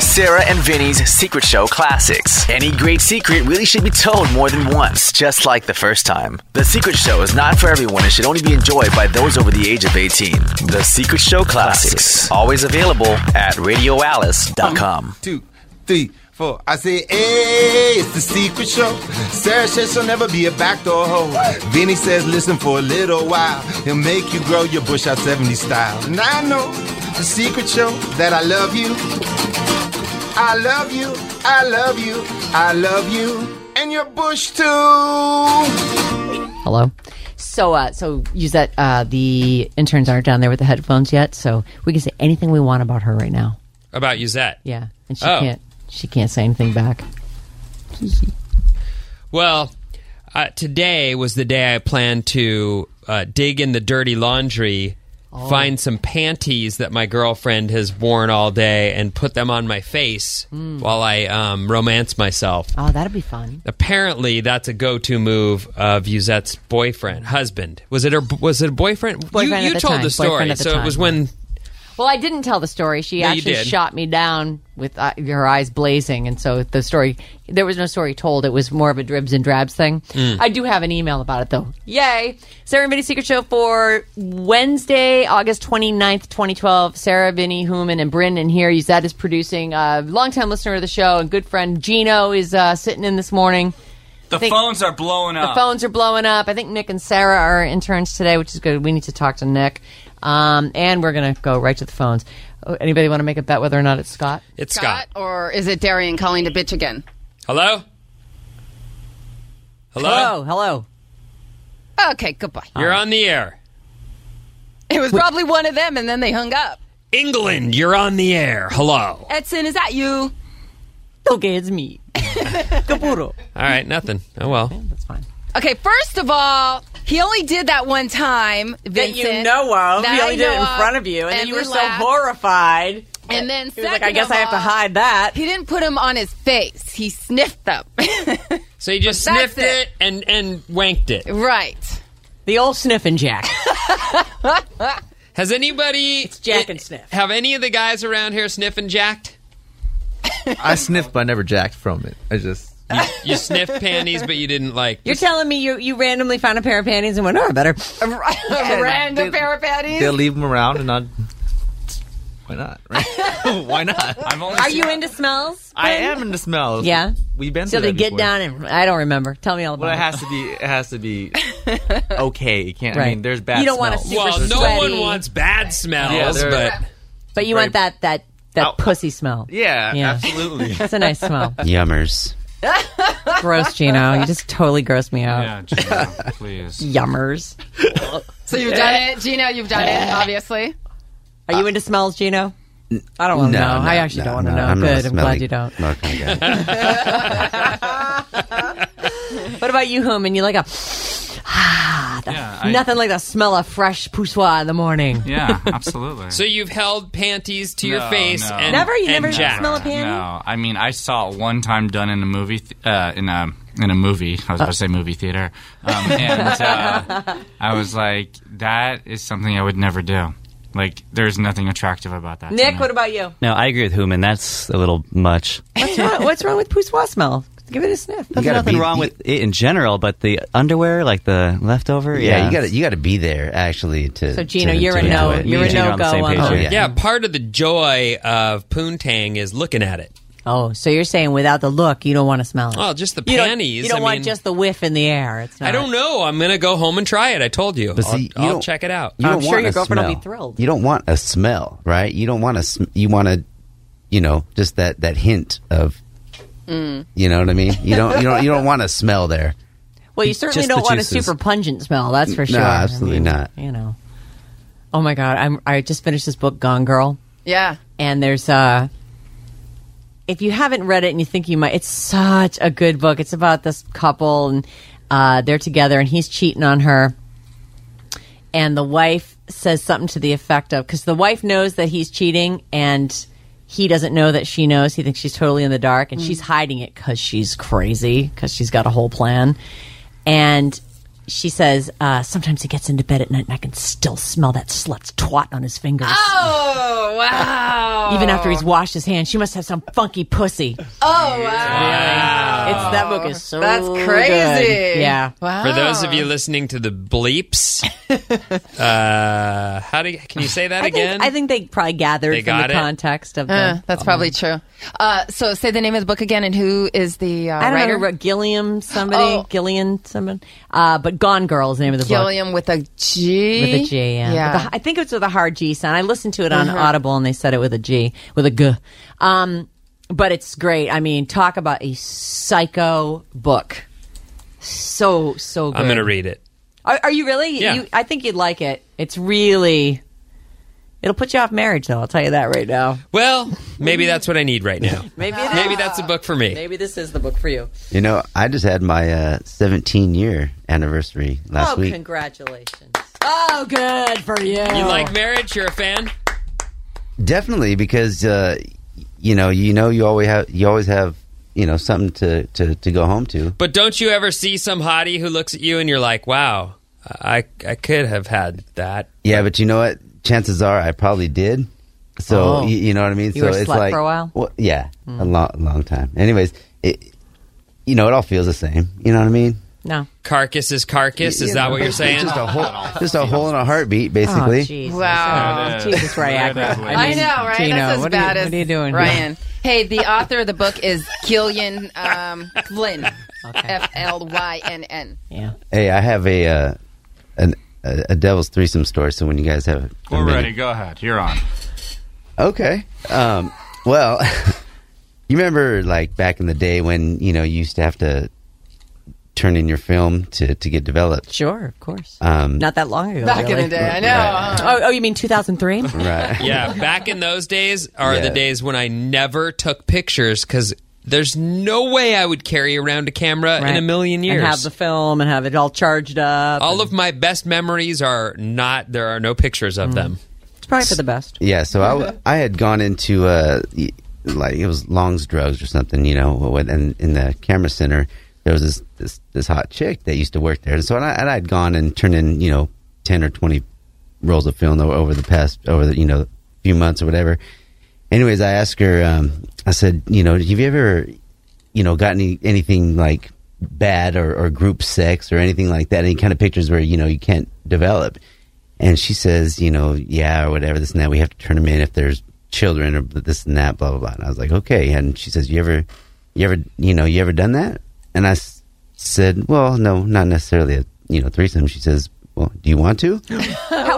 Sarah and Vinny's Secret Show Classics. Any great secret really should be told more than once, just like the first time. The Secret Show is not for everyone and should only be enjoyed by those over the age of 18. The Secret Show Classics, always available at radioalice.com. two, three, four. I say, hey, it's the secret show. Sarah says she'll never be a backdoor hoe. Vinny says, listen for a little while. He'll make you grow your bush out 70 style. And I know the secret show that I love you. I love you. I love you. I love you. And your bush too. Hello. So, uh, so use that. Uh, the interns aren't down there with the headphones yet, so we can say anything we want about her right now. About Uzette. Yeah, and she Oh. can't. She can't say anything back. Well, uh, today was the day I planned to uh, dig in the dirty laundry, Oh. find some panties that my girlfriend has worn all day, and put them on my face Hmm. while I um, romance myself. Oh, that'd be fun. Apparently, that's a go-to move of Uzette's boyfriend, husband. Was it her? Was it a boyfriend? You- Boyfriend at you the told time, the story, boyfriend at the so time. it was when Well, I didn't tell the story. She No, you actually did. shot me down with uh, her eyes blazing, and so the story there was no story told. It was more of a dribs and drabs thing. Mm. I do have an email about it though. Yay! Sarah and Vinny Secret Show for Wednesday, August 29th, twenty twelve. Sarah, Vinny, Hooman, and Bryn in here. That is producing. A longtime listener of the show and good friend Gino is uh, sitting in this morning. The think- phones are blowing The up. phones are blowing up. I think Nick and Sarah are interns today, which is good. We need to talk to Nick. Um, and we're going to go right to the phones. Oh, Anybody want to make a bet whether or not it's Scott? it's Scott, Scott. or is it Darian calling to bitch again? Hello. Hello. Hello, hello. Okay, goodbye. You're on the air. It was probably one of them, and then they hung up. England, you're on the air. Hello. Edson, is that you? Okay, it's me. Kapuro. All right, nothing. Oh well. That's fine. Okay, first of all, he only did that one time. Vincent, that you know of. That he only I did it in uh, know of, front of you, and, then you we were so laughed. horrified. And then He was like, second I guess of I have to all, hide that. He didn't put him on his face. He sniffed them. So you just But that's sniffed it. and and wanked it. right. The old sniffing jack. Has anybody Jack and sniff. have any of the guys around here sniffing jacked? I sniffed, but I never jacked from it. I just You, you sniffed panties, but you didn't like. You're telling me you, you randomly found a pair of panties and went, oh, I better. A random pair of panties. they'll leave them around, and I why not? Right? why not? I've only Are seen- you into smells? I am in the smells. Yeah? we've been. So through they that get before. down and I don't remember. Tell me all about Well, it it. has to be. It has to be okay. You can't. I Right. mean, there's bad. You don't wanna smells. super well, no sweaty. one wants bad Yeah, smells, they're- but but you want that that that pussy smell. Yeah, Yeah. absolutely. That's a nice smell. Yummers. Gross, Gino. You just totally grossed me out. Yeah, Gino, please. Yummers. So you've done it, Gino. You've done it, obviously. Are you into smells, Gino? I don't want to know. I actually don't want to know. Good. I'm glad you don't. What about you, Hooman? You like a Yeah, I- nothing like the smell of fresh poussoir in the morning. Yeah, absolutely. so you've held panties to your No, face no. and Never? You and never jacked. smell a panty? no, I mean I saw it one time done in a movie th- uh, in a in a movie. I was about to say movie theater, um, and uh, I was like, that is something I would never do. Like, there's nothing attractive about that. to Nick, me. what about you? No, I agree with Hooman. That's a little much. What's wrong, what's wrong with poussoir smell? Give it a sniff. There's nothing wrong with it in general, but the underwear, like the leftover, yeah, you got to you got to be there actually to. So, Gino, to- you're to a no- enjoy it. you're a Me and Gino are on the no-go same on page that. here. Oh, Yeah, part of the joy of poontang is looking at it. Oh, so you're saying without the look, you don't want to smell it? Well, just the you don't- panties. You don't I want mean, just the whiff in the air. It's not. I don't know. I'm gonna go home and try it. I told you. But I'll, see, you I'll don't- check it out. You I'm don't sure want your a girlfriend will be smell. thrilled. You don't want a smell, right? You don't want a. Sm- you want a, you know, just that Mm. that hint of. You know what I mean? You don't. You don't. You don't want a smell there. Well, you certainly Just don't the want a juices. super pungent smell, that's for No, sure. absolutely not. You know. Oh my god, I'm I just finished this book Gone Girl. Yeah. And there's uh if you haven't read it and you think you might it's such a good book. It's about this couple and uh they're together and he's cheating on her. And the wife says something to the effect of cuz the wife knows that he's cheating and he doesn't know that she knows. He thinks she's totally in the dark and Mm. she's hiding it cuz she's crazy cuz she's got a whole plan. And she says, uh, sometimes he gets into bed at night and I can still smell that slut's twat on his fingers. Oh wow! Even after Oh. he's washed his hands, she must have some funky pussy. Oh wow! It's that book is so That's good. crazy. Yeah. Wow. For those of you Oh. listening to the bleeps, uh, how do you, can you say that I again? think, I think they probably gathered They from got the it? context of the. Uh, that's Um, probably true. Uh, so say the name of the book again, and who is the uh, I don't writer? know who wrote Gilliam somebody, Oh. Gillian someone, uh, but Gone Girl is the name of the book. Gilliam with a G. With a G, yeah. With a- I think it's with a hard G sound. I listened to it on Uh-huh. Audible and they said it with a G, with a G. Um, but it's great. I mean, talk about a psycho book. So, so good. I'm going to read it. Are, are you really? Yeah. You, I think you'd like it. It's really. It'll put you off marriage, though. I'll tell you that right now. Well, maybe that's what I need right now. Maybe it is. Maybe that's a book for me. Maybe this is the book for you. You know, I just had my uh, 17 year anniversary last oh, week. congratulations. Oh, good for you. You like marriage? You're a fan? Definitely, because uh, you know, you know, you always have, you always have, you know, something to to, to go home to. But don't you ever see some hottie who looks at you and you're like, wow, I, I could have had that. Yeah, but you know what? Chances are, I probably did. So Oh. you, you know what I mean. You so were a it's slut like for a while? Mm. Well, yeah, a long, long time. Anyways, it, you know, it all feels the same. You know what I mean? No. Carcass is carcass. Is You that know, what you're it's saying? Just a hole, just a hole in a heartbeat, basically. Oh, Jesus. Wow. Oh, Jesus, Ryan. I, I know, right? That's as what bad are you, as what are you doing, Ryan. hey, the author of the book is Gillian um, Flynn. F L Y N N. Yeah. Hey, I have a uh, an, a, a devil's threesome story. So when you guys have, a We're minute- ready. Go ahead. You're on. Okay. Um, well, you remember like back in the day when you know you used to have to turn in your film to to get developed. Sure, of course. Um, Not that long ago. Back in really. the day, I know. Oh, oh, you mean 2003? Right. yeah, back in those days are Yeah. the days when I never took pictures because there's no way I would carry around a camera in a million years. And have the film and have it all charged up. All of my best memories are not, there are no pictures of them. it's probably for the best. Yeah. So I, w- I had gone into uh y- like it was Long's Drugs or something, you know, when- and in the camera center there was this this, this hot chick that used to work there, and so and I and I'd gone and turned in you know ten or twenty rolls of film o- over the past over the you know few months or whatever. Anyways, I asked her. Um, I said, you know, have you ever you know got any anything like bad or, or group sex or anything like that? Any kind of pictures where you know you can't develop? And she says, you know, yeah, or whatever, this and that. We have to turn them in if there's children or this and that, blah blah blah. And I was like, okay. And she says, you ever, you ever, you know, you ever done that? And I s- said, well, no, not necessarily a you know threesome. She says, well, do you want to? How,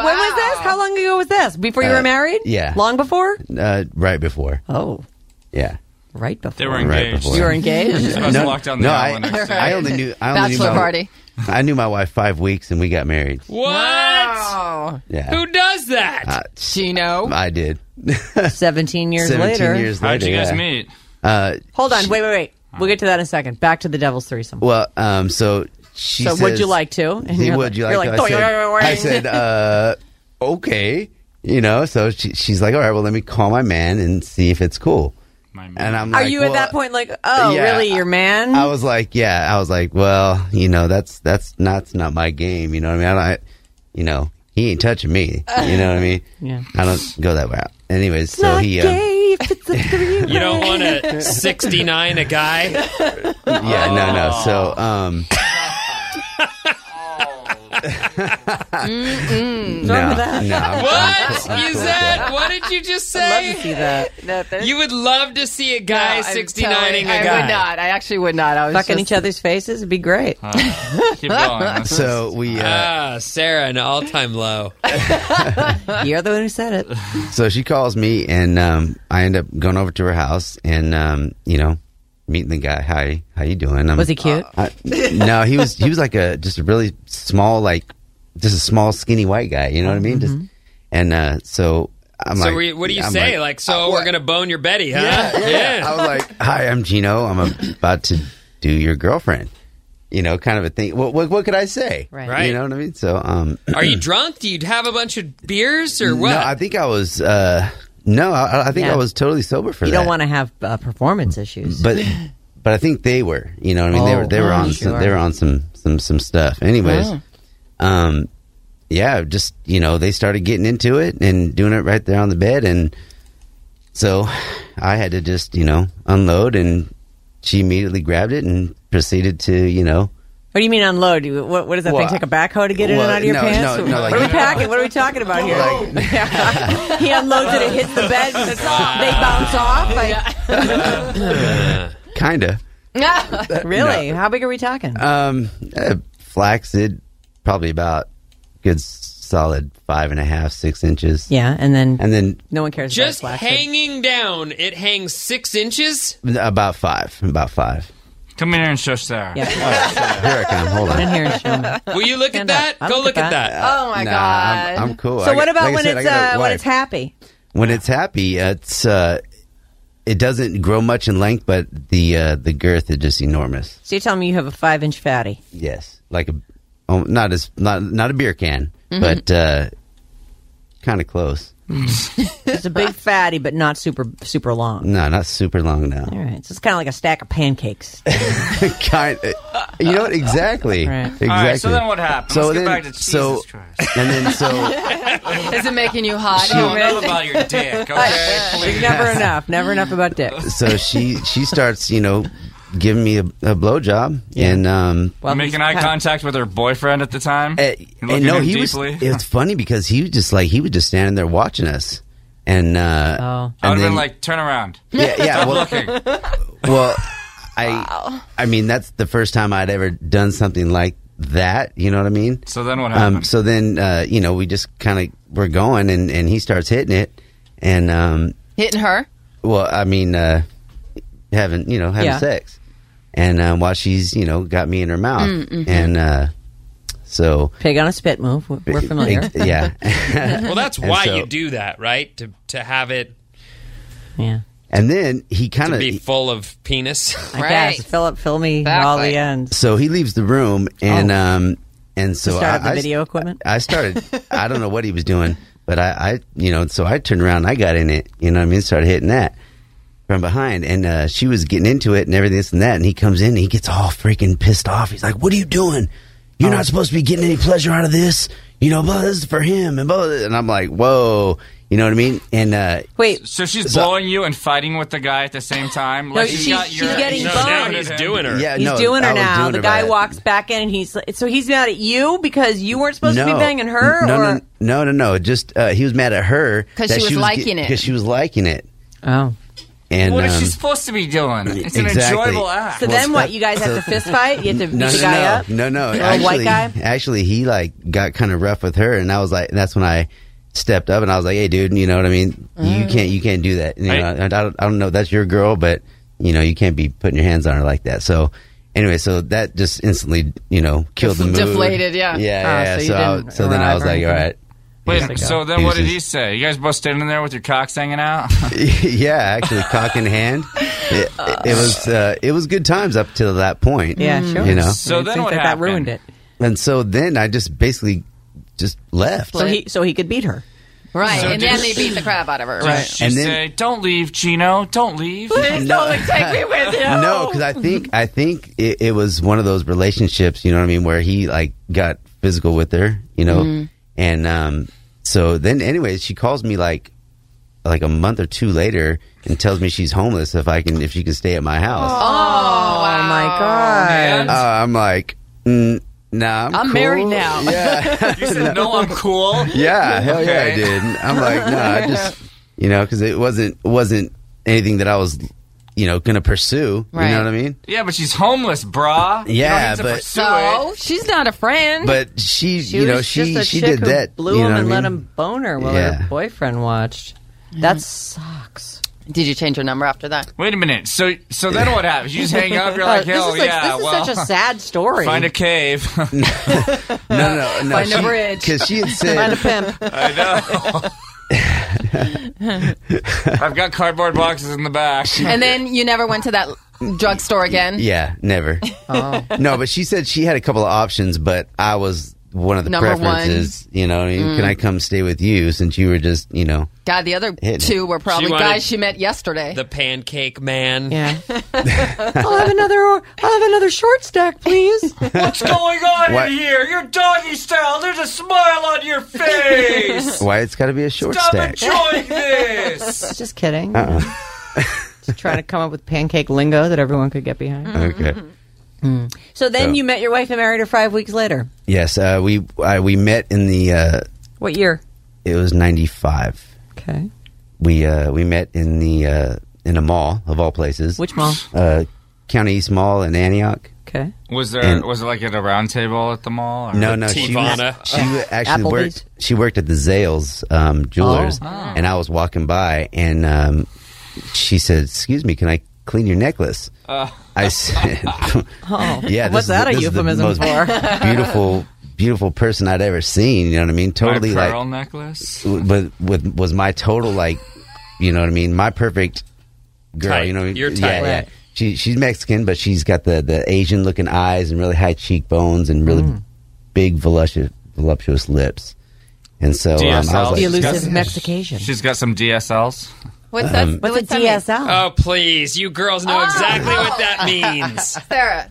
When was this? How long ago was this? Before you Uh, were married? yeah. Long before? Uh, right before. Oh, yeah. Right before. They were Right engaged. before. You were engaged? Supposed to walk down the no, aisle I, the next day. I only knew. I only knew Bachelor my, party. I knew my wife five weeks, and we got married. What? Wow. Yeah. Who does that? Uh, She know. I did. 17 years Seventeen later. years later. How'd you guys yeah. meet? Uh, Hold on. Wait, wait, wait. We'll get to that in a second. Back to the devil's threesome. well, um, so she. so, would you says- like to? And Hey, you're would you you're like? "Doing, to? doing, I doing." said, I said uh, okay. You know, so she, she's like, all right, well, let me call my man and see if it's cool. And I'm Are like, you well, at that point like, oh, yeah, really, your man? I was like, yeah. I was like, well, you know, that's that's not that's not my game. You know what I mean? I don't, you know, he ain't touching me. You know what I mean? Yeah. I don't go that route. Anyways, so Not he, uh, gay if it's a three-way. Mm. You don't want a 69 a guy? yeah, no, Oh. no. So, um, wrong no, with that? no. I'm- I'm What? cool- I'm You cool with said? What did you just I'd love to see say? that. You would love to see a guy 69ing a I would guy. not. I actually would not. I was Fucking just, each other's faces would be great. Uh, Keep going. This is- So we, uh, Ah, Sarah, an all-time low. You're the one who said it. so she calls me, and um, I end up going over to her house, and um, you know, meeting the guy. Hi, how you doing? I'm- Was he cute? I- no, he was he was like a just a really small like just a small skinny white guy. You know what I mean? Just Mm-hmm. and uh, so I'm so like, we, what do you I'm say? like, uh, Like, so we're gonna bone your Betty, huh? Yeah. I was like, hi, I'm Gino. I'm about to do your girlfriend. You know, kind of a thing. What what, what could I say? Right. Right. You know what I mean? So um, Are you drunk? Do you have a bunch of beers or what? no, I think I was uh, no, I, I think Yeah. I was totally sober for You that. don't want to have uh, performance issues. but but I think they were, you know, what I mean, they were they were Oh, on sure. Oh. some, they were on some some some stuff. Anyways, um, yeah, just you know, they started getting into it and doing it right there on the bed, and so I had to just you know unload, and she immediately grabbed it and proceeded to you know What do you mean unload? You- What, what does that Well, thing? Take a backhoe to get in well, and out of your no, pants? no, no, like- what are we packing? What are we talking about here? he unloads it. It hits the bed. It's off. They bounce off. Like, kind of really? How big are we talking? um uh, flaxed probably about good solid five and a half six inches, yeah, and then and then no one cares. Just about hanging down, it hangs six inches. about five, about five. Come in here and shush Sarah. Here I come. Hold on. and here and show me. Will you look at Stand up. that? I'll Go look at that. Oh my Nah, god. I'm, I'm cool. So I what got- about like I when said, I it's got uh, a when wife. it's happy? When it's happy, it's uh, it doesn't grow much in length, but the uh, the girth is just enormous. So you tell me you have a five inch fatty. Yes, like a oh, not as not not a beer can, Mm-hmm. but uh, kind of close. It's a big fatty, but not super super long. No, not super long now. All right, so it's kind of like a stack of pancakes. kind, uh, you know what? Exactly. Right. Exactly. All right, so then what happened? So Let's then, get back to Jesus so Christ. and then so Is it making you hot? Oh, enough about your dick, okay? There's never enough. Never enough about dick. so she she starts you know giving me a, a blowjob and um Well, Making eye contact with her boyfriend at the time. Uh, Looking and no, him he deeply? was. It was funny because he was just like he was just standing there watching us, and uh, Oh. I would and have then been like, turn around. yeah, yeah. Well, Looking. well, I, I mean, that's the first time I'd ever done something like that. You know what I mean? So then what happened? Um, so then, uh, you know, we just kind of we're going, and and he starts hitting it, and um, Hitting her. well, I mean, uh, having you know having Yeah. sex, and uh, while she's you know got me in her mouth, Mm, mm-hmm. and uh, so. Pig on a spit move. We're- We're familiar. Ex- yeah. Well, that's And why so- you do that, right? To to have it Yeah. And then he kind to of be full of penis. I Right. guess. Fill up, fill me Exactly. all the ends. so he leaves the room and um and so Oh. Start I, up the I- video equipment. I started I don't know what he was doing, but I, I you know, so I turned around, I got in it, you know what I mean, started hitting that from behind and uh, she was getting into it and everything this and that and he comes in and he gets all freaking pissed off. He's like, What are you doing? Oh. You're not supposed to be getting any pleasure out of this. You know, blah, this is for him and blah, blah. and I'm like, Whoa, you know what I mean? And uh Wait, So she's blowing you and fighting with the guy at the same time. Like she's- she's got she's your- getting no, boned. now he's doing her. yeah, he's no, doing I her was now. doing the her guy bad. walks back in and he's like- so he's mad at you because you weren't supposed to be banging her No, or no, no, no, no. Just uh, he was mad at her 'Cause that she was liking it. Because she was liking it. Oh. And What um, is she supposed to be doing? It's an exactly. enjoyable act. So Well, then it's what? not- You guys have to fist fight? You have to beat no, the no, guy no, up? no, no. Or a actually, white guy? actually, he like got kind of rough with her, and I was like, that's when I stepped up and I was like, hey, dude, you know what I mean? You Mm-hmm. can't, you can't do that. You I- know, I, I don't, I don't know. That's your girl, but you know, you can't be putting your hands on her like that. So. Anyway, so that just instantly, you know, killed the mood. Deflated, yeah. yeah, Ah, yeah. so you so, I- didn't so then I arrive was or like, all anything? right, Wait, so then He was what did just- he say? You guys both standing there with your cocks hanging out? yeah, actually, cock in hand. It, it- it was uh, it was good times up till that point. Yeah, sure. Mm, You know, So I then think what that, that happened? ruined it. and so then I just basically just left. So he so he could beat her. Right. and did then they beat the crap out of her. Did Right. she And then- say, "Don't leave, Chino. Don't leave." No, take me with you. No, because I think I think it, it was one of those relationships. You know what I mean, where he like got physical with her. You know, Mm-hmm. and um, so then anyway, she calls me like like a month or two later and tells me she's homeless if I can if she can stay at my house. Oh my god. And Uh, I'm like, mm, nah, I'm, I'm cool." married now. Yeah. you said, "No, I'm cool." Yeah, hell yeah, I Okay. did. And I'm like, no, I just, you know, because it wasn't wasn't anything that I was, you know, gonna pursue. You Right. know what I mean? Yeah, but she's homeless, brah. You Yeah, don't need to but- pursue So she's not a friend. But she, She you know, was she just a she chick did who that. Blew you him know and what I let mean? him bone her while Yeah. her boyfriend watched. That sucks. Did you change your number after that? Wait a minute. So so then what happens? You just hang up. You're Uh, Oh, like, This is hell like- yeah. this is well, such a sad story. Find a cave. No, no, no. Find a bridge. Because she had Find a said, pimp. I know. I've got cardboard boxes in the back. And then you never went to that drugstore again? yeah, never. Oh. No, but she said she had a couple of options, but I was one of the Number one. preferences. You know, I mean, Mm. can I come stay with you since you were just, you know, God, the other Hidden. two were probably She wanted- guys she met yesterday. The pancake man. Yeah. I'll have another. I'll have another short stack, please. What's going on What? in here? You're doggy style. There's a smile on your face. why it's got to be a short Stop stack? enjoying this. Just kidding. Uh-uh. Just trying to come up with pancake lingo that everyone could get behind. Okay. Mm-hmm. So then Mm. So- you met your wife and married her five weeks later. Yes, uh, we uh, we met in the uh, What year? it was ninety five. Okay. We uh, we met in the uh, in a mall of all places, Which mall? uh, County East Mall in Antioch. Okay. Was there? And- was it like at a round table at the mall? Or? No, no, she was, Tivana. she wa- actually Applebee's? Oh, worked. She worked at the Zales um, Jewelers, and I was walking by, and um, she said, "Excuse me, can I clean your necklace?" I said, "Oh, yeah." What's is that a the- this is the euphemism most for? beautiful, beautiful person I'd ever seen. You know what I mean? My Totally like pearl necklace. but with was my total like, you know what I mean? My perfect girl. Type. You know, what I mean? Your yeah, type. yeah. She she's Mexican, but she's got the the Asian looking eyes and really high cheekbones and really Mm. big voluptuous voluptuous lips. And so um, I was DSLs. like, The Elusive Disgusting. Mexication. She's got some DSLs. um, what's that? What's a that mean? DSL? Uh, Oh, please. You girls know exactly what that means. Sarah.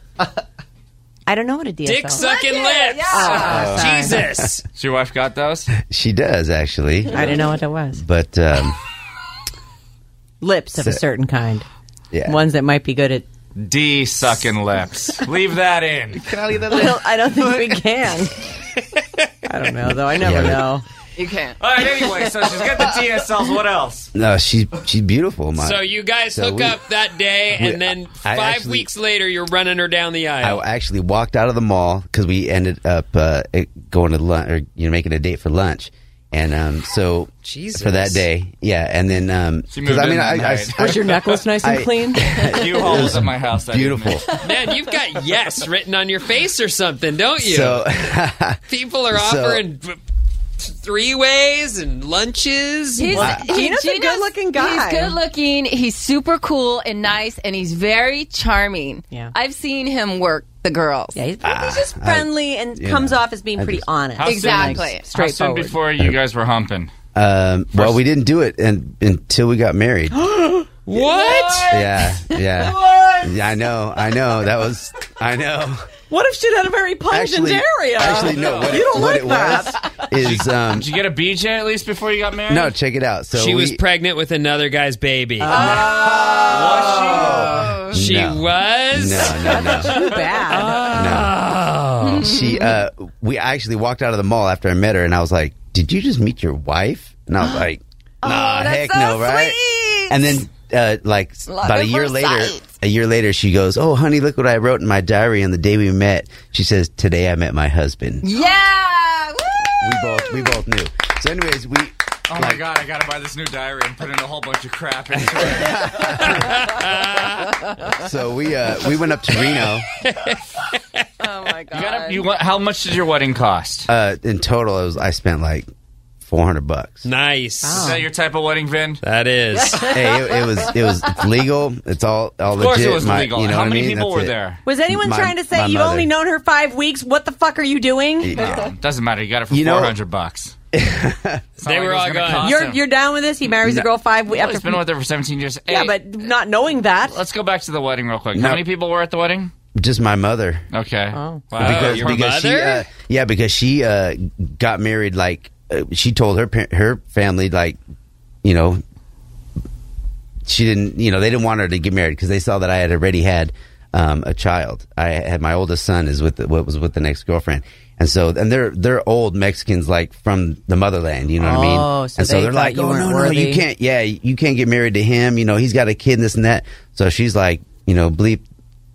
I don't know what a DSL. Dick sucking Yeah. lips. Oh, Jesus. So your wife got those? she does actually, I didn't know what that was. but um, Lips of a certain kind. yeah. Ones that might be good at. D sucking lips. Leave that in. Can I leave that I don't, I don't think we can. I don't know though. I never Yeah. know. You can't. All right. Anyway, so she's got the DSLs. What else? No, she's she's beautiful. My, So you guys So hook we- up that day, we- and then I- I five actually- weeks later, you're running her down the aisle. I actually walked out of the mall because we ended up uh, going to lunch or you know making a date for lunch, and um, so Jesus. for that day, yeah, and then um, She 'cause moved I in mean that I, I, night. I- Was your necklace nice and I- clean? You holes at my house. I didn't beautiful. Man, you've got yes written on your face or something, don't you? so People are so- offering three ways and lunches. He's, Gino's a good-looking guy. He's good looking. He's super cool and nice, and he's very charming. Yeah. I've seen him work the girls. Yeah, he's, Ah, he's just friendly and comes off as being pretty just- honest. soon- Exactly. How soon Straightforward. before you guys were humping? um, well, we didn't do it and, until we got married. what? yeah, yeah. Yeah, I know, I know. That was, I know. What if she had a very pungent Actually, area? actually, no. What You it, don't what like it was is um, Did you get a BJ at least before you got married? no. Check it out. So She was we- pregnant with another guy's Uh, baby. she no. was. No, no, no. Too bad. No. She uh we I actually walked out of the mall after I met her and I was like, Did you just meet your wife? And I was like, Nah, heck no, right? And then uh like s- Love about at a year first later sight. a year later she goes, Oh honey, look what I wrote in my diary on the day we met. She says, Today I met my husband. Yeah. We both we both knew. So anyways, we Oh my god! I gotta buy this new diary and put in a whole bunch of crap into it. so we uh we went up to Reno. Oh my god. You gotta, you want, how much did your wedding cost? Uh in total it was I spent like four hundred bucks. Nice. Is Oh. that your type of wedding, Vin? Uh, That is. hey, it, it was it was it's legal. It's all all Of course, legit. it was My- legal. you know how what I many mean? people That's were it. there? Was anyone My- trying to say my you've mother. only known her five weeks? What the fuck are you doing? Yeah. Doesn't matter. You got it for You know- four hundred bucks. They were all going, You're you're down with this? He marries a girl five weeks I've after. been with her for seventeen years. yeah, Hey, but not knowing that. let's go back to the wedding real quick. No. How many people were at the wedding? Just my mother. Okay. Oh. Because- your she mother? uh, yeah because she uh, got married like uh, she told her par- her family like you know she didn't you know they didn't want her to get married because they saw that I had already had um, a child. I had my oldest son is with the, what was with the next girlfriend. And so, and they're they're old Mexicans, like from the motherland. You know what I mean? Oh, so and they so they're thought like, you "Oh weren't no, no, worthy." you can't. Yeah, you can't get married to him. You know, he's got a kid, and this and that." So she's like, "You know, bleep,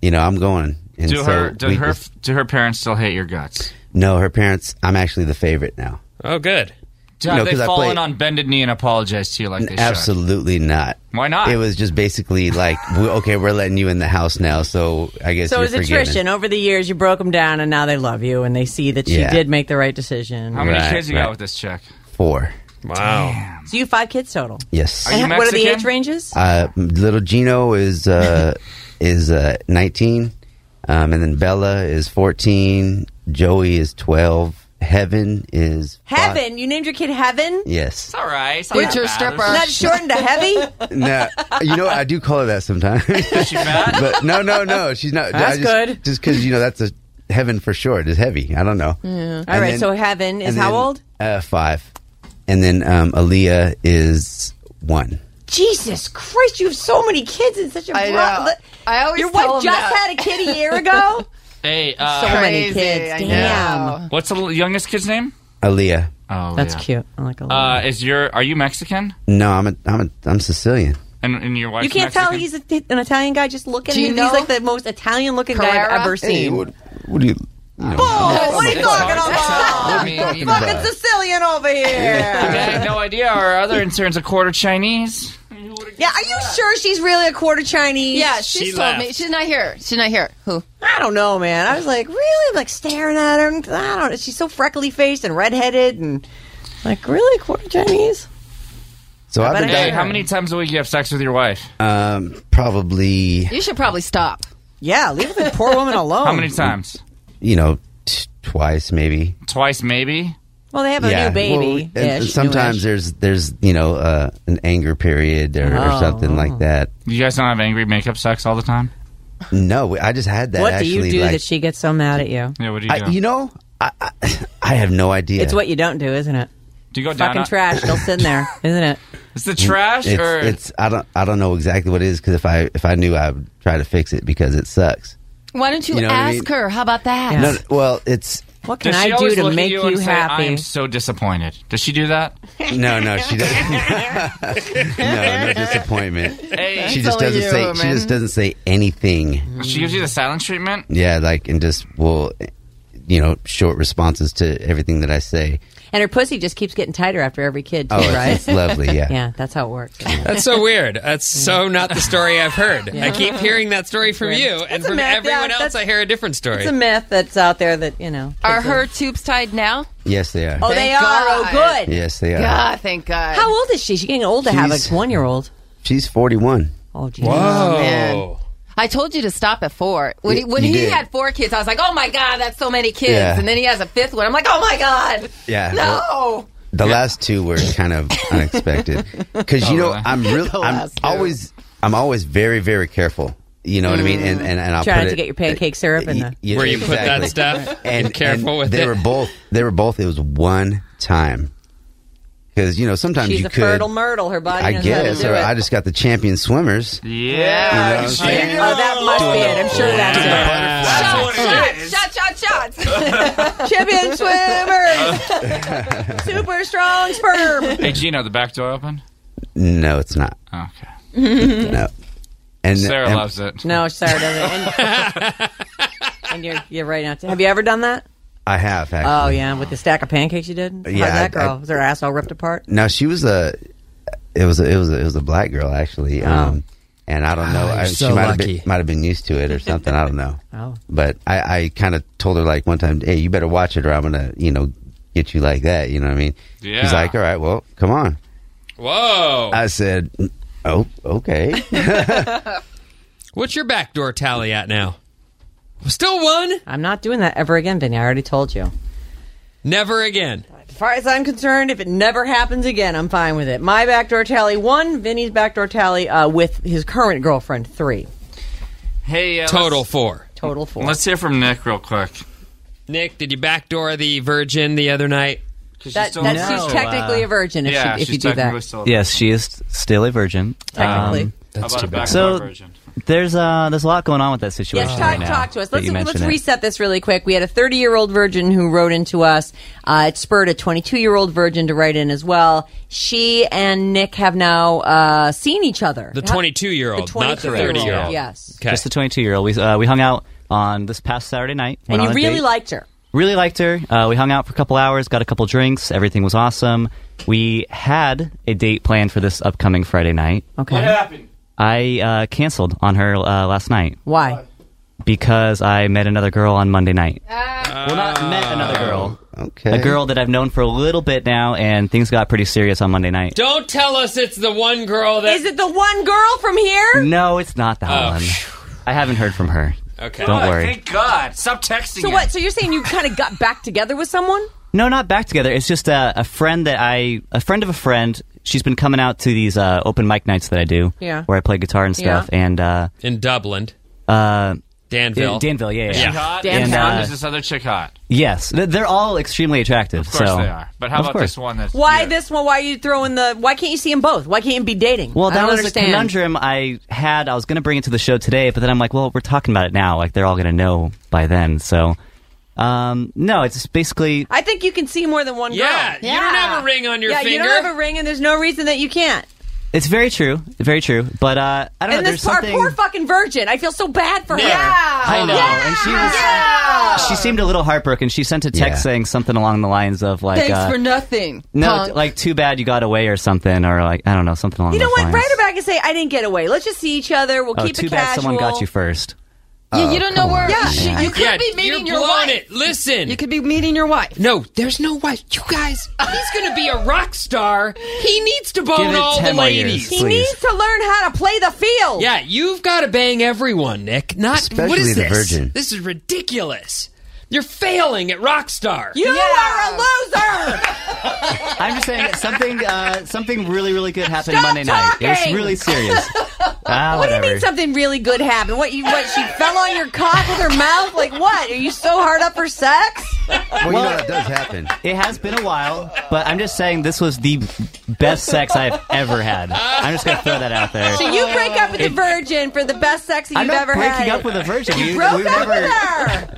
you know, I'm going." And Do so her do we her just- do her parents still hate your guts? no, her parents. I'm actually the favorite now. oh, good. So you know, have they 'cause I play- fallen on bended knee and apologized to you like they should? Absolutely not. Why not? It was just basically like, we, okay, we're letting you in the house now, so I guess So it you're was forgiven. attrition. Over the years, you broke them down, and now they love you, and they see that she Yeah. did make the right decision. How many Right, kids you right. Oh. got with this chick? Four. Wow. So you have five kids total. Yes. Are you And what are the Mexican? age ranges? Uh, little Gino is uh, is uh, 19, um, and then Bella is 14. Joey is 12. Heaven is five- Heaven. You named your kid Heaven. Yes. All right. it's not Winter that bad. stripper. Not shortened to heavy. Now, you know, what? I do call her that sometimes. She fat? but no, no, no, she's not. That's I just, good. Just because you know that's a heaven for sure. It is heavy. I don't know. All right. so heaven is how old? Uh, five. And then um, Aaliyah is one. Jesus Christ! You have so many kids in such a. I bro- know. I always Your tell wife 'em just that. had a kid a year ago. Hey, uh, so many Crazy, kids. I Damn. know. what's the l- youngest kid's name? Aaliyah. Oh, That's yeah. cute. I like a lot. Uh, is your are you Mexican? No, I'm a, I'm a, I'm Sicilian. And, and your wife? you can't Uh, Mexican? tell he's a, an Italian guy. Just look at Do you him. know? He's like the most Italian looking guy Carrera? I've ever seen. what do you? you know, Oh, what are you talking about? I mean, you Fucking Sicilian over here. had no idea. Our other intern's a quarter Chinese. Yeah, are you sure she's really a quarter Chinese? Yeah, she's She told me. left. She's not here. She's not here. Who? I don't know, man. I was like, really? I'm like staring at her. and I don't know. She's so freckly faced and redheaded and like, really? Quarter Chinese? so I've been Hey, dying, how many times a week you have sex with your wife? um, probably You should probably stop. Yeah, leave the poor woman alone. How Oh. many times? you know t- twice maybe. Twice, maybe. Well, they have a new Well, baby. and- and sometimes there's there's you know uh, an anger period or, Oh. or something like that. You guys don't have angry makeup sex all the time. No, I just had that. What do actually, you do like, that she gets so mad at you? Yeah. What do you do? I, you know, I, I, I have no idea. It's what you don't do, isn't it? do you go down? Fucking on- trash. They'll sit in there, isn't it? It's the trash, it's, or it's I don't I don't know exactly what it is because if I if I knew I would try to fix it because it sucks. Why don't you, You know what I ask mean? her? How about that? No, no, well, it's What can does she I do always to look make at you, you, and say, "I happy? am so disappointed"? Does she do that? no no she doesn't. no no disappointment. Hey, She she, just only doesn't you, say she man. just doesn't say anything. gives you the silent treatment. Yeah, like and just will you know short responses to everything that I say. And her pussy just keeps getting tighter after every kid, too, Oh, it's, right? it's lovely. Yeah. Yeah, that's how it works. That's so weird. That's so not the story I've heard. I keep hearing that story from you, and a from myth, everyone else, yeah, that's- I hear a different story. It's a myth that's out there that, you know. Are kids her tubes tied now? Yes, they are. Oh, they Thank are. Oh, God. good. Yes, they are. God, thank God. How old is she? She's getting old to have She's- a one year old. She's forty-one. Oh, geez. oh, I told you to stop at four. When, he You- when you he did. had four kids, I was like, "Oh my god, that's so many kids!" Yeah. And then he has a fifth one. I'm like, "Oh my god, Yeah. no!" well, The last two were kind of unexpected because Oh, you know really? I'm really I'm last two. always I'm always very very careful. You know what I mean? And and, and I'll Trying put to it- get your pancake syrup in Y- the- yeah, Mm. where you put that exactly. stuff? And And careful and with they it. were both they were both it was one time because you know sometimes She's you a could fertile myrtle. Her body I knows how to guess do or it. I just got the champion swimmers. Yeah. You know what I'm oh, saying? that must be it. I'm sure Ah. that's Shots, shots, shots, shots, shots. it. Champion swimmers. Super strong sperm. Hey, Gino, the back door open. No, it's not. Okay. Mm-hmm. No. And Sarah and- loves it. No, Sarah doesn't. And, and you're, you're right now. Have you ever done that? I have actually. Oh, yeah. With the stack of pancakes you did? How'd Yeah, that I- I- girl? was her ass all ripped apart? No, she was a. It was a, it was a, it was a black girl actually, Oh. um, and I don't know. you're I, so she might lucky. have been might have been used to it or something. I don't know. Oh. But I, I kind of told her like one time, hey, you better watch it or I'm gonna you know get you like that. You know what I mean? Yeah. She's like, all right, well, come on. whoa! I said, oh, okay. What's your backdoor tally at now? Still one. I'm not doing that ever again, Vinny. I already told you. Never again. As far as I'm concerned, if it never happens again, I'm fine with it. My backdoor tally one, Vinny's backdoor tally uh, with his current girlfriend three, Hey, uh, Total four. total 4 Let's, let's hear from Nick real quick. Nick, did you backdoor the virgin the other night? that, still- that's No, she's technically uh, a virgin if, yeah, she, if she's you do technically that. still. Yes, she is still a virgin. Technically. Um, How about a back So- door version? there's uh, there's a lot going on with that situation. Yes, right talk, now talk to us. that Let's, you let's mention it. reset this really quick. We had a 30 year old virgin who wrote into us. Uh, it spurred a 22 year old virgin to write in as well. She and Nick have now uh, seen each other. The How- 22-year-old, not the 22-year-old. 30-year-old. Yes. Okay. Just the 22 year old. We uh, we hung out on this past Saturday night. And went you on a really date. liked her. Really liked her. Uh, we hung out for a couple hours, got a couple drinks. Everything was awesome. We had a date planned for this upcoming Friday night. Okay. What happened? I uh, canceled on her uh, last night. Why? Because I met another girl on Monday night. well, not Uh, met another girl. Okay. A girl that I've known for a little bit now, and things got pretty serious on Monday night. Don't tell us it's the one girl that. Is it the one girl from here? No, it's not that Oh, one. I haven't heard from her. Okay. Oh, Don't worry. Thank God. Stop texting. So what? So you're saying you kind of got back together with someone? No, not back together. It's just a, a friend that I, a friend of a friend. She's been coming out to these uh, open mic nights that I do, Yeah. where I play guitar and stuff. And uh, In Dublin, uh, Danville. uh, Danville, yeah, yeah. uh, Yeah. Hot. Damn and hot. hot. is this other chick hot? yes, Th- they're all extremely attractive. Of course so. they are. But how Of about course. this one? That's Why yeah. this one? Why are you throwing the? Why can't you see them both? Why can't you be dating? Well, I that don't was understand. a conundrum I had. I was going to bring it to the show today, but then I'm like, well, we're talking about it now. Like they're all going to know by then. So, um, no, it's just basically I think you can see more than one Yeah, girl. you don't have a ring on your yeah, finger. you don't have a ring, and there's no reason that you can't. it's very true, very true. But uh, I don't And know. this There's poor, something. poor fucking virgin. I feel so bad for her. I know, and she was. She seemed a little heartbroken. She sent a text Yeah. saying something along the lines of like, Thanks uh, for nothing. no, punk. like too bad you got away or something, or like I don't know, something along. You know those what? Lines. Write her back and say I didn't get away. Let's just see each other. We'll Oh, keep too it bad casual. someone got you first. Uh, Yeah, you don't know where Yeah. she, you could Yeah, be you're meeting your blowing wife. it. Listen. You could be meeting your wife. no, there's no way. You guys, he's going to be a rock star. He needs to Give bone it all the 10 more years. ladies. He Please. needs to learn how to play the field. Yeah, you've got to bang everyone, Nick. Not what Especially is the this? virgin. This is ridiculous. You're failing at Rockstar. You are a loser. I'm just saying that something, uh, something really, really good happened Stop Monday night. It talking! was really serious. ah, What do you whatever. mean something really good happened? What you what she fell on your cock with her mouth? Like what? Are you so hard up for sex? Well, you know that does happen. It has been a while, but I'm just saying this was the best sex I've ever had. I'm just gonna throw that out there. So you break up with a virgin for the best sex that I'm you've not ever breaking had. up with a virgin. you We- broke we up never- with her.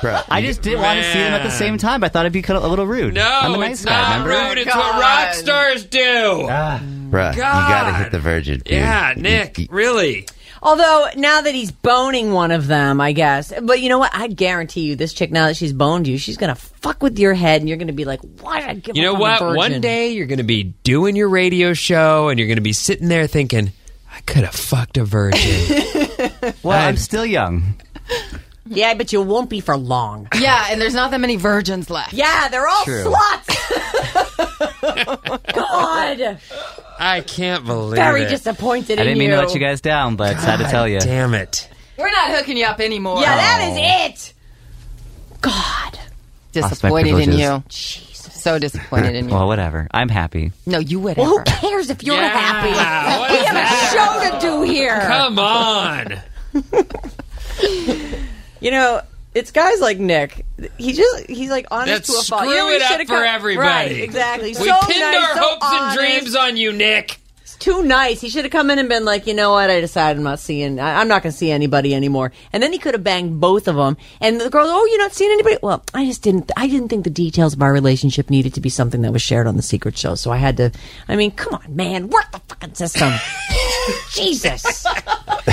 Bro, I just didn't want to see them at the Man. same time. I thought it'd be kind of a little rude. No, I'm a nice it's guy, not remember? rude. Oh, It's what rock stars do. bro, you gotta hit the virgin. dude. yeah, You- Nick, you- really? Although now that he's boning one of them, I guess. But you know what? I guarantee you, this chick now that she's boned you, she's gonna fuck with your head, and you're gonna be like, "Why did I give You know up on a what? virgin?" One day you're going to be doing your radio show and you're going to be sitting there thinking, I could have fucked a virgin. Well, I'm still young. Yeah, but you won't be for long. Yeah, and there's not that many virgins left. Yeah, they're all True. sluts. God, I can't believe very it. disappointed I in didn't mean you. to let you guys down, but sad to tell you. Damn it. We're not hooking you up anymore. Yeah, that is it. God. Oh, disappointed in privileges. you. So disappointed in you. Well, whatever. I'm happy. no, you would Well, who ever. cares if you're Yeah, happy? what we is have a show to do here. Come on. You know, it's guys like Nick. He just he's like honest That to a fault. screw You know, we it up should've for come- everybody. Right, exactly. We so pinned nice, our so hopes and honest. dreams on you, Nick. Too nice. He should have come in and been like, you know what? I decided I'm not seeing. I, I'm not going to see anybody anymore. And then he could have banged both of them. And the girl, oh, you're not seeing anybody. Well, I just didn't. I didn't think the details of our relationship needed to be something that was shared on the secret show. So I had to. I mean, come on, man, work the fucking system. Jesus. God.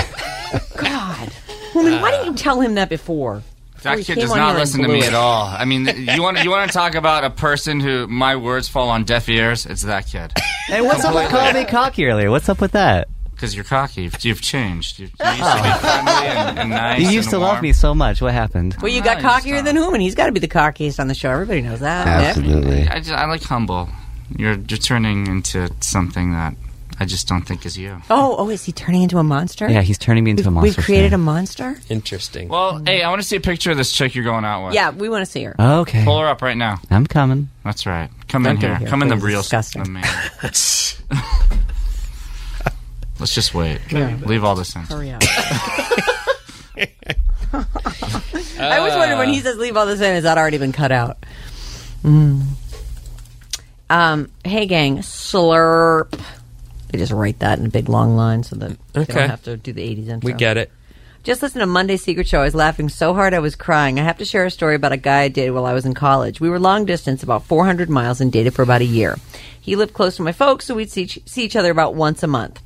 I mean, why didn't you tell him that before? Uh, That He kid came does on not here and listen to blew me it. at all. I mean, th- you want you want to talk about a person who my words fall on deaf ears? It's that kid. Hey, what's up with calling me cocky earlier? What's up with that? Because you're cocky. You've, you've changed. You, you used to be Oh. friendly and, and nice. You used and to love warm. me so much. What happened? Well, you got Nice cockier job. than whom, and he's got to be the cockiest on the show. Everybody knows that. Nick. Absolutely. I, just, I like humble. You're you're turning into something that I just don't think is you. Oh, oh, is he turning into a monster? Yeah, he's turning me into a monster. We've created a today. monster. Interesting. Well, hey, I want to see a picture of this chick you're going out with. Yeah, we want to see her. Okay. Pull her up right now. I'm coming. That's right. Come in Don't go here. here, Come in the please. real It's disgusting. the man. Let's just wait. Leave all this in. Hurry up. I always wonder when he says leave all this in, has that already been cut out? Mm. Um, hey, gang, slurp. They just write that in a big long line so that they Okay. don't have to do the 80s intro. we get it. Just listen to Monday's Secret Show. I was laughing so hard I was crying. I have to share a story about a guy I dated while I was in college. We were long distance, about 400 miles, and dated for about a year. He lived close to my folks, so we'd see each, see each other about once a month.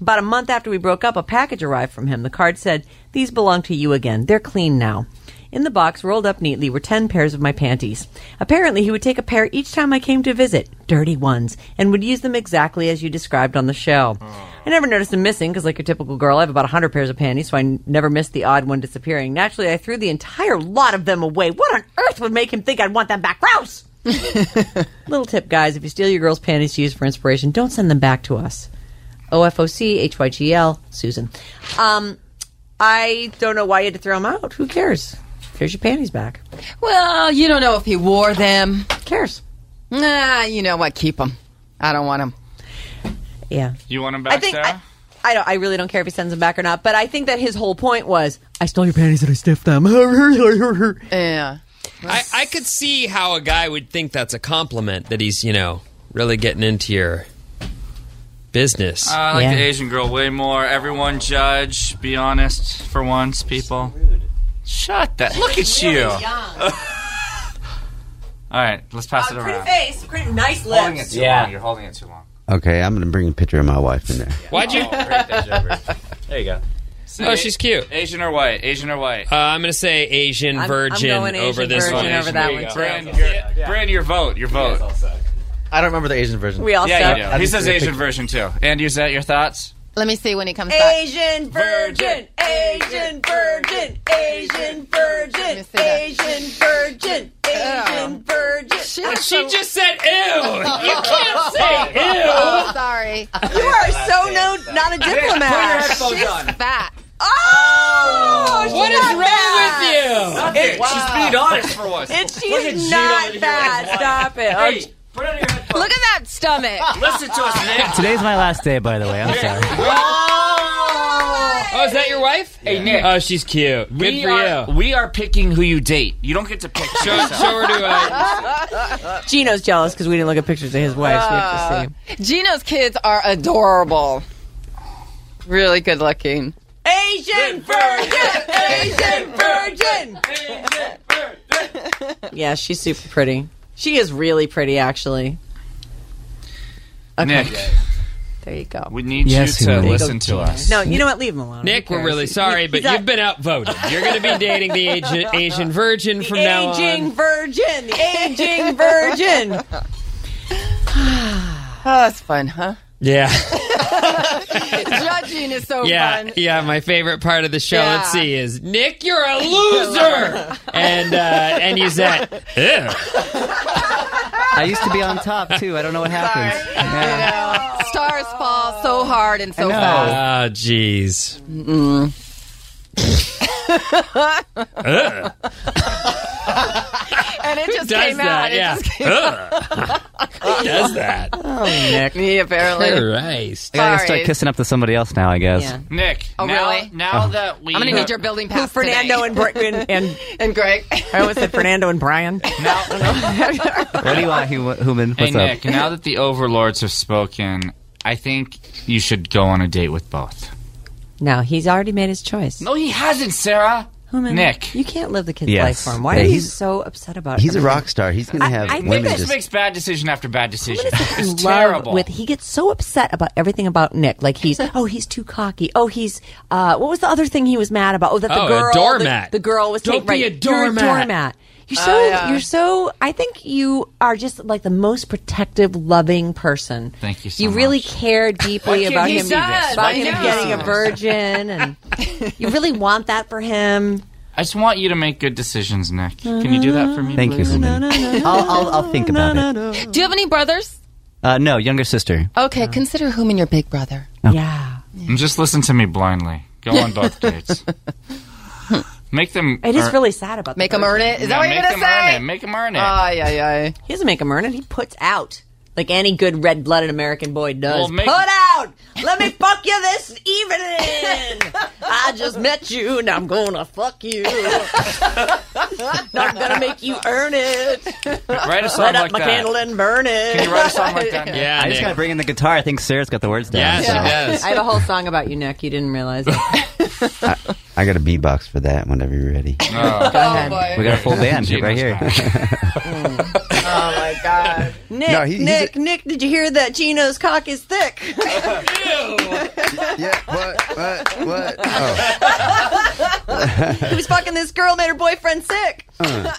About a month after we broke up, a package arrived from him. The card said, These belong to you again. They're clean now. In the box, rolled up neatly, were 10 pairs of my panties. Apparently, he would take a pair each time I came to visit, dirty ones, and would use them exactly as you described on the show. I never noticed them missing because, like your typical girl, I have about 100 pairs of panties, so I n- never missed the odd one disappearing. Naturally, I threw the entire lot of them away. What on earth would make him think I'd want them back? Grouse! Little tip, guys, if you steal your girl's panties to use for inspiration, don't send them back to us. OFOC, HYGL, Susan. Um, I don't know why you had to throw them out. Who cares? Here's your panties back. Well, you don't know if he wore them. cares? Nah, you know what? Keep them. I don't want them. Yeah. You want him I think I, I don't. I really don't care if he sends them back or not. But I think that his whole point was, I stole your panties and I stiffed them. yeah. I, I could see how a guy would think that's a compliment that he's, you know, really getting into your business. I like the Asian girl way more. Everyone judge. Be honest for once, people. Shut that. Look at you. All right, let's pass it around. face, pretty nice Holding it too long. You're holding it too long. Okay, I'm gonna bring a picture of my wife in there. Why'd you? There you go. Oh, she's cute. Asian or white? Asian or white? Uh, I'm going to say Asian I'm- I'm virgin going over Asian this virgin one. over that There you one, go. too. Brand, your- Brand, your vote. Your vote. I don't remember the Asian version. We all yeah, suck. you do. I He just says need a Asian picture. version too. And is that your thoughts? Let me see when he comes back. Asian virgin, Asian virgin, Asian virgin, Asian virgin, Asian virgin. Oh. She just said ew. You can't say Oh, ew. sorry. You are so no, not a diplomat. She's fat. Oh, What is wrong with you? She's being honest for once. And she's not bad. Stop it. Oh, Hey, put on your headphones. Look at that stomach. Listen to us, Nick. Today's my last day, by the way. I'm sorry. Oh, is that your wife? Hey, Nick. Oh, she's cute. Good we for are you. we are picking who you date. You don't get to pick. Show, show her to uh, Gino's jealous because we didn't look at pictures of his wife. so we have to see. Gino's kids are adorable. Really good looking. Asian virgin, Asian virgin. Yeah, she's super pretty. She is really pretty, actually. Nick, There you go. we need Yes, you he to will. listen to us. No, you know what? Leave him alone. Nick, Who we're cares? really sorry, He's but a- you're you've been outvoted. You're going to be dating the Asian, Asian virgin from now on. aging virgin, the aging virgin. Oh, that's fun, huh? Yeah, Judging is so yeah, fun. yeah. My favorite part of the show, Yeah. let's see, is Nick, you're a loser, and uh, and you said, ew. I used to be on top too. I don't know what happens. Yeah. You know, stars fall so hard and so know. fast. Ah, jeez. And it just Does came out. that? It Yeah. just came Ugh. Who does that? me, apparently. Christ. I gotta Sorry. start kissing up to somebody else now, I guess. Yeah. Nick, Oh, now, really? now that we I'm going to need your building pass Fernando today. and, Bri- and and and Greg. I almost said Fernando and Brian. What do you want, hu- human? What's Hey up? Nick, now that the overlords have spoken, I think you should go on a date with both. No, he's already made his choice. No, he hasn't, Sarah. Who am I- Nick. you can't live the kid's Yes. life for him. Why Yeah, are you he's- so upset about? He's a everything? rock star. He's gonna have I think women Nick just. makes bad decision after bad decision. in It's love terrible. with he gets so upset about everything about Nick. Like he's oh he's too cocky. Oh he's uh what was the other thing he was mad about? Oh that the Oh, a girl the- doormat. The, girl was Don't taking, be right, a You're doormat. a doormat. You're so Oh, yeah. you're so I think you are just like the most protective, loving person. Thank you so You really much. care deeply can't about he him do this? Why about him can't he getting do a this? virgin and you really want that for him. I just want you to make good decisions, Nick. Can you do that for me? Thank you, please? human. I'll, I'll, I'll think about it. Do you have any brothers? Uh, no, younger sister. Okay, consider whom in your big brother. Yeah. And just listen to me blindly. Go on both dates. Make them. It is earn- really sad about the Make him virgin. earn it. Is Yeah, that what make you're going them to earn say? it. Make them earn it. Ay, ay, ay. He doesn't make him earn it. He puts out. Like any good red blooded American boy does. Well, make- Put out! Let me fuck you this evening! I just met you and I'm gonna fuck you. Not gonna make you earn it. write a song Light like up my that. candle and burn it. Can you write a song like that? Nick? Yeah, I just Nick. gotta bring in the guitar. I think Sarah's got the words down. Yes, so. it does. I have a whole song about you, Nick. You didn't realize it. I, I got a beatbox for that whenever you're ready. Oh. Go ahead. boy. We got a full band Gino's right here. Oh my god, Nick, No, he- he's Nick, Nick! Did you hear that? Gino's cock is thick. yeah. What? What? What? he was fucking this girl, made her boyfriend sick. Oh,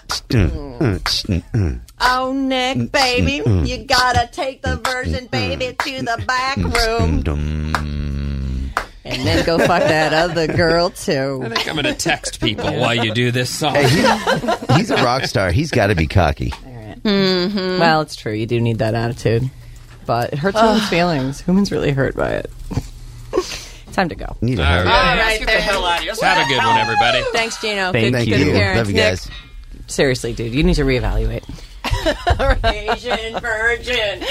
Mm, Nick, baby, you gotta take the virgin baby to the back Oh. room. And then go fuck that other girl, too. I think I'm going to text people while you do this song. He's a rock star. He's got to be cocky. Mm-hmm. Well, it's true. You do need that attitude. But it hurts women's feelings. Women's really hurt by it. Time to go. Need a hug. right, the hell out of here. Have a good one, everybody. Thanks, Gino. Thank good, you. Thank Good you. appearance. Love you Nick, guys. seriously, dude, you need to reevaluate. Asian virgin.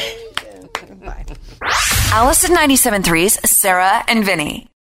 Alice at 97.3's Sarah and Vinny.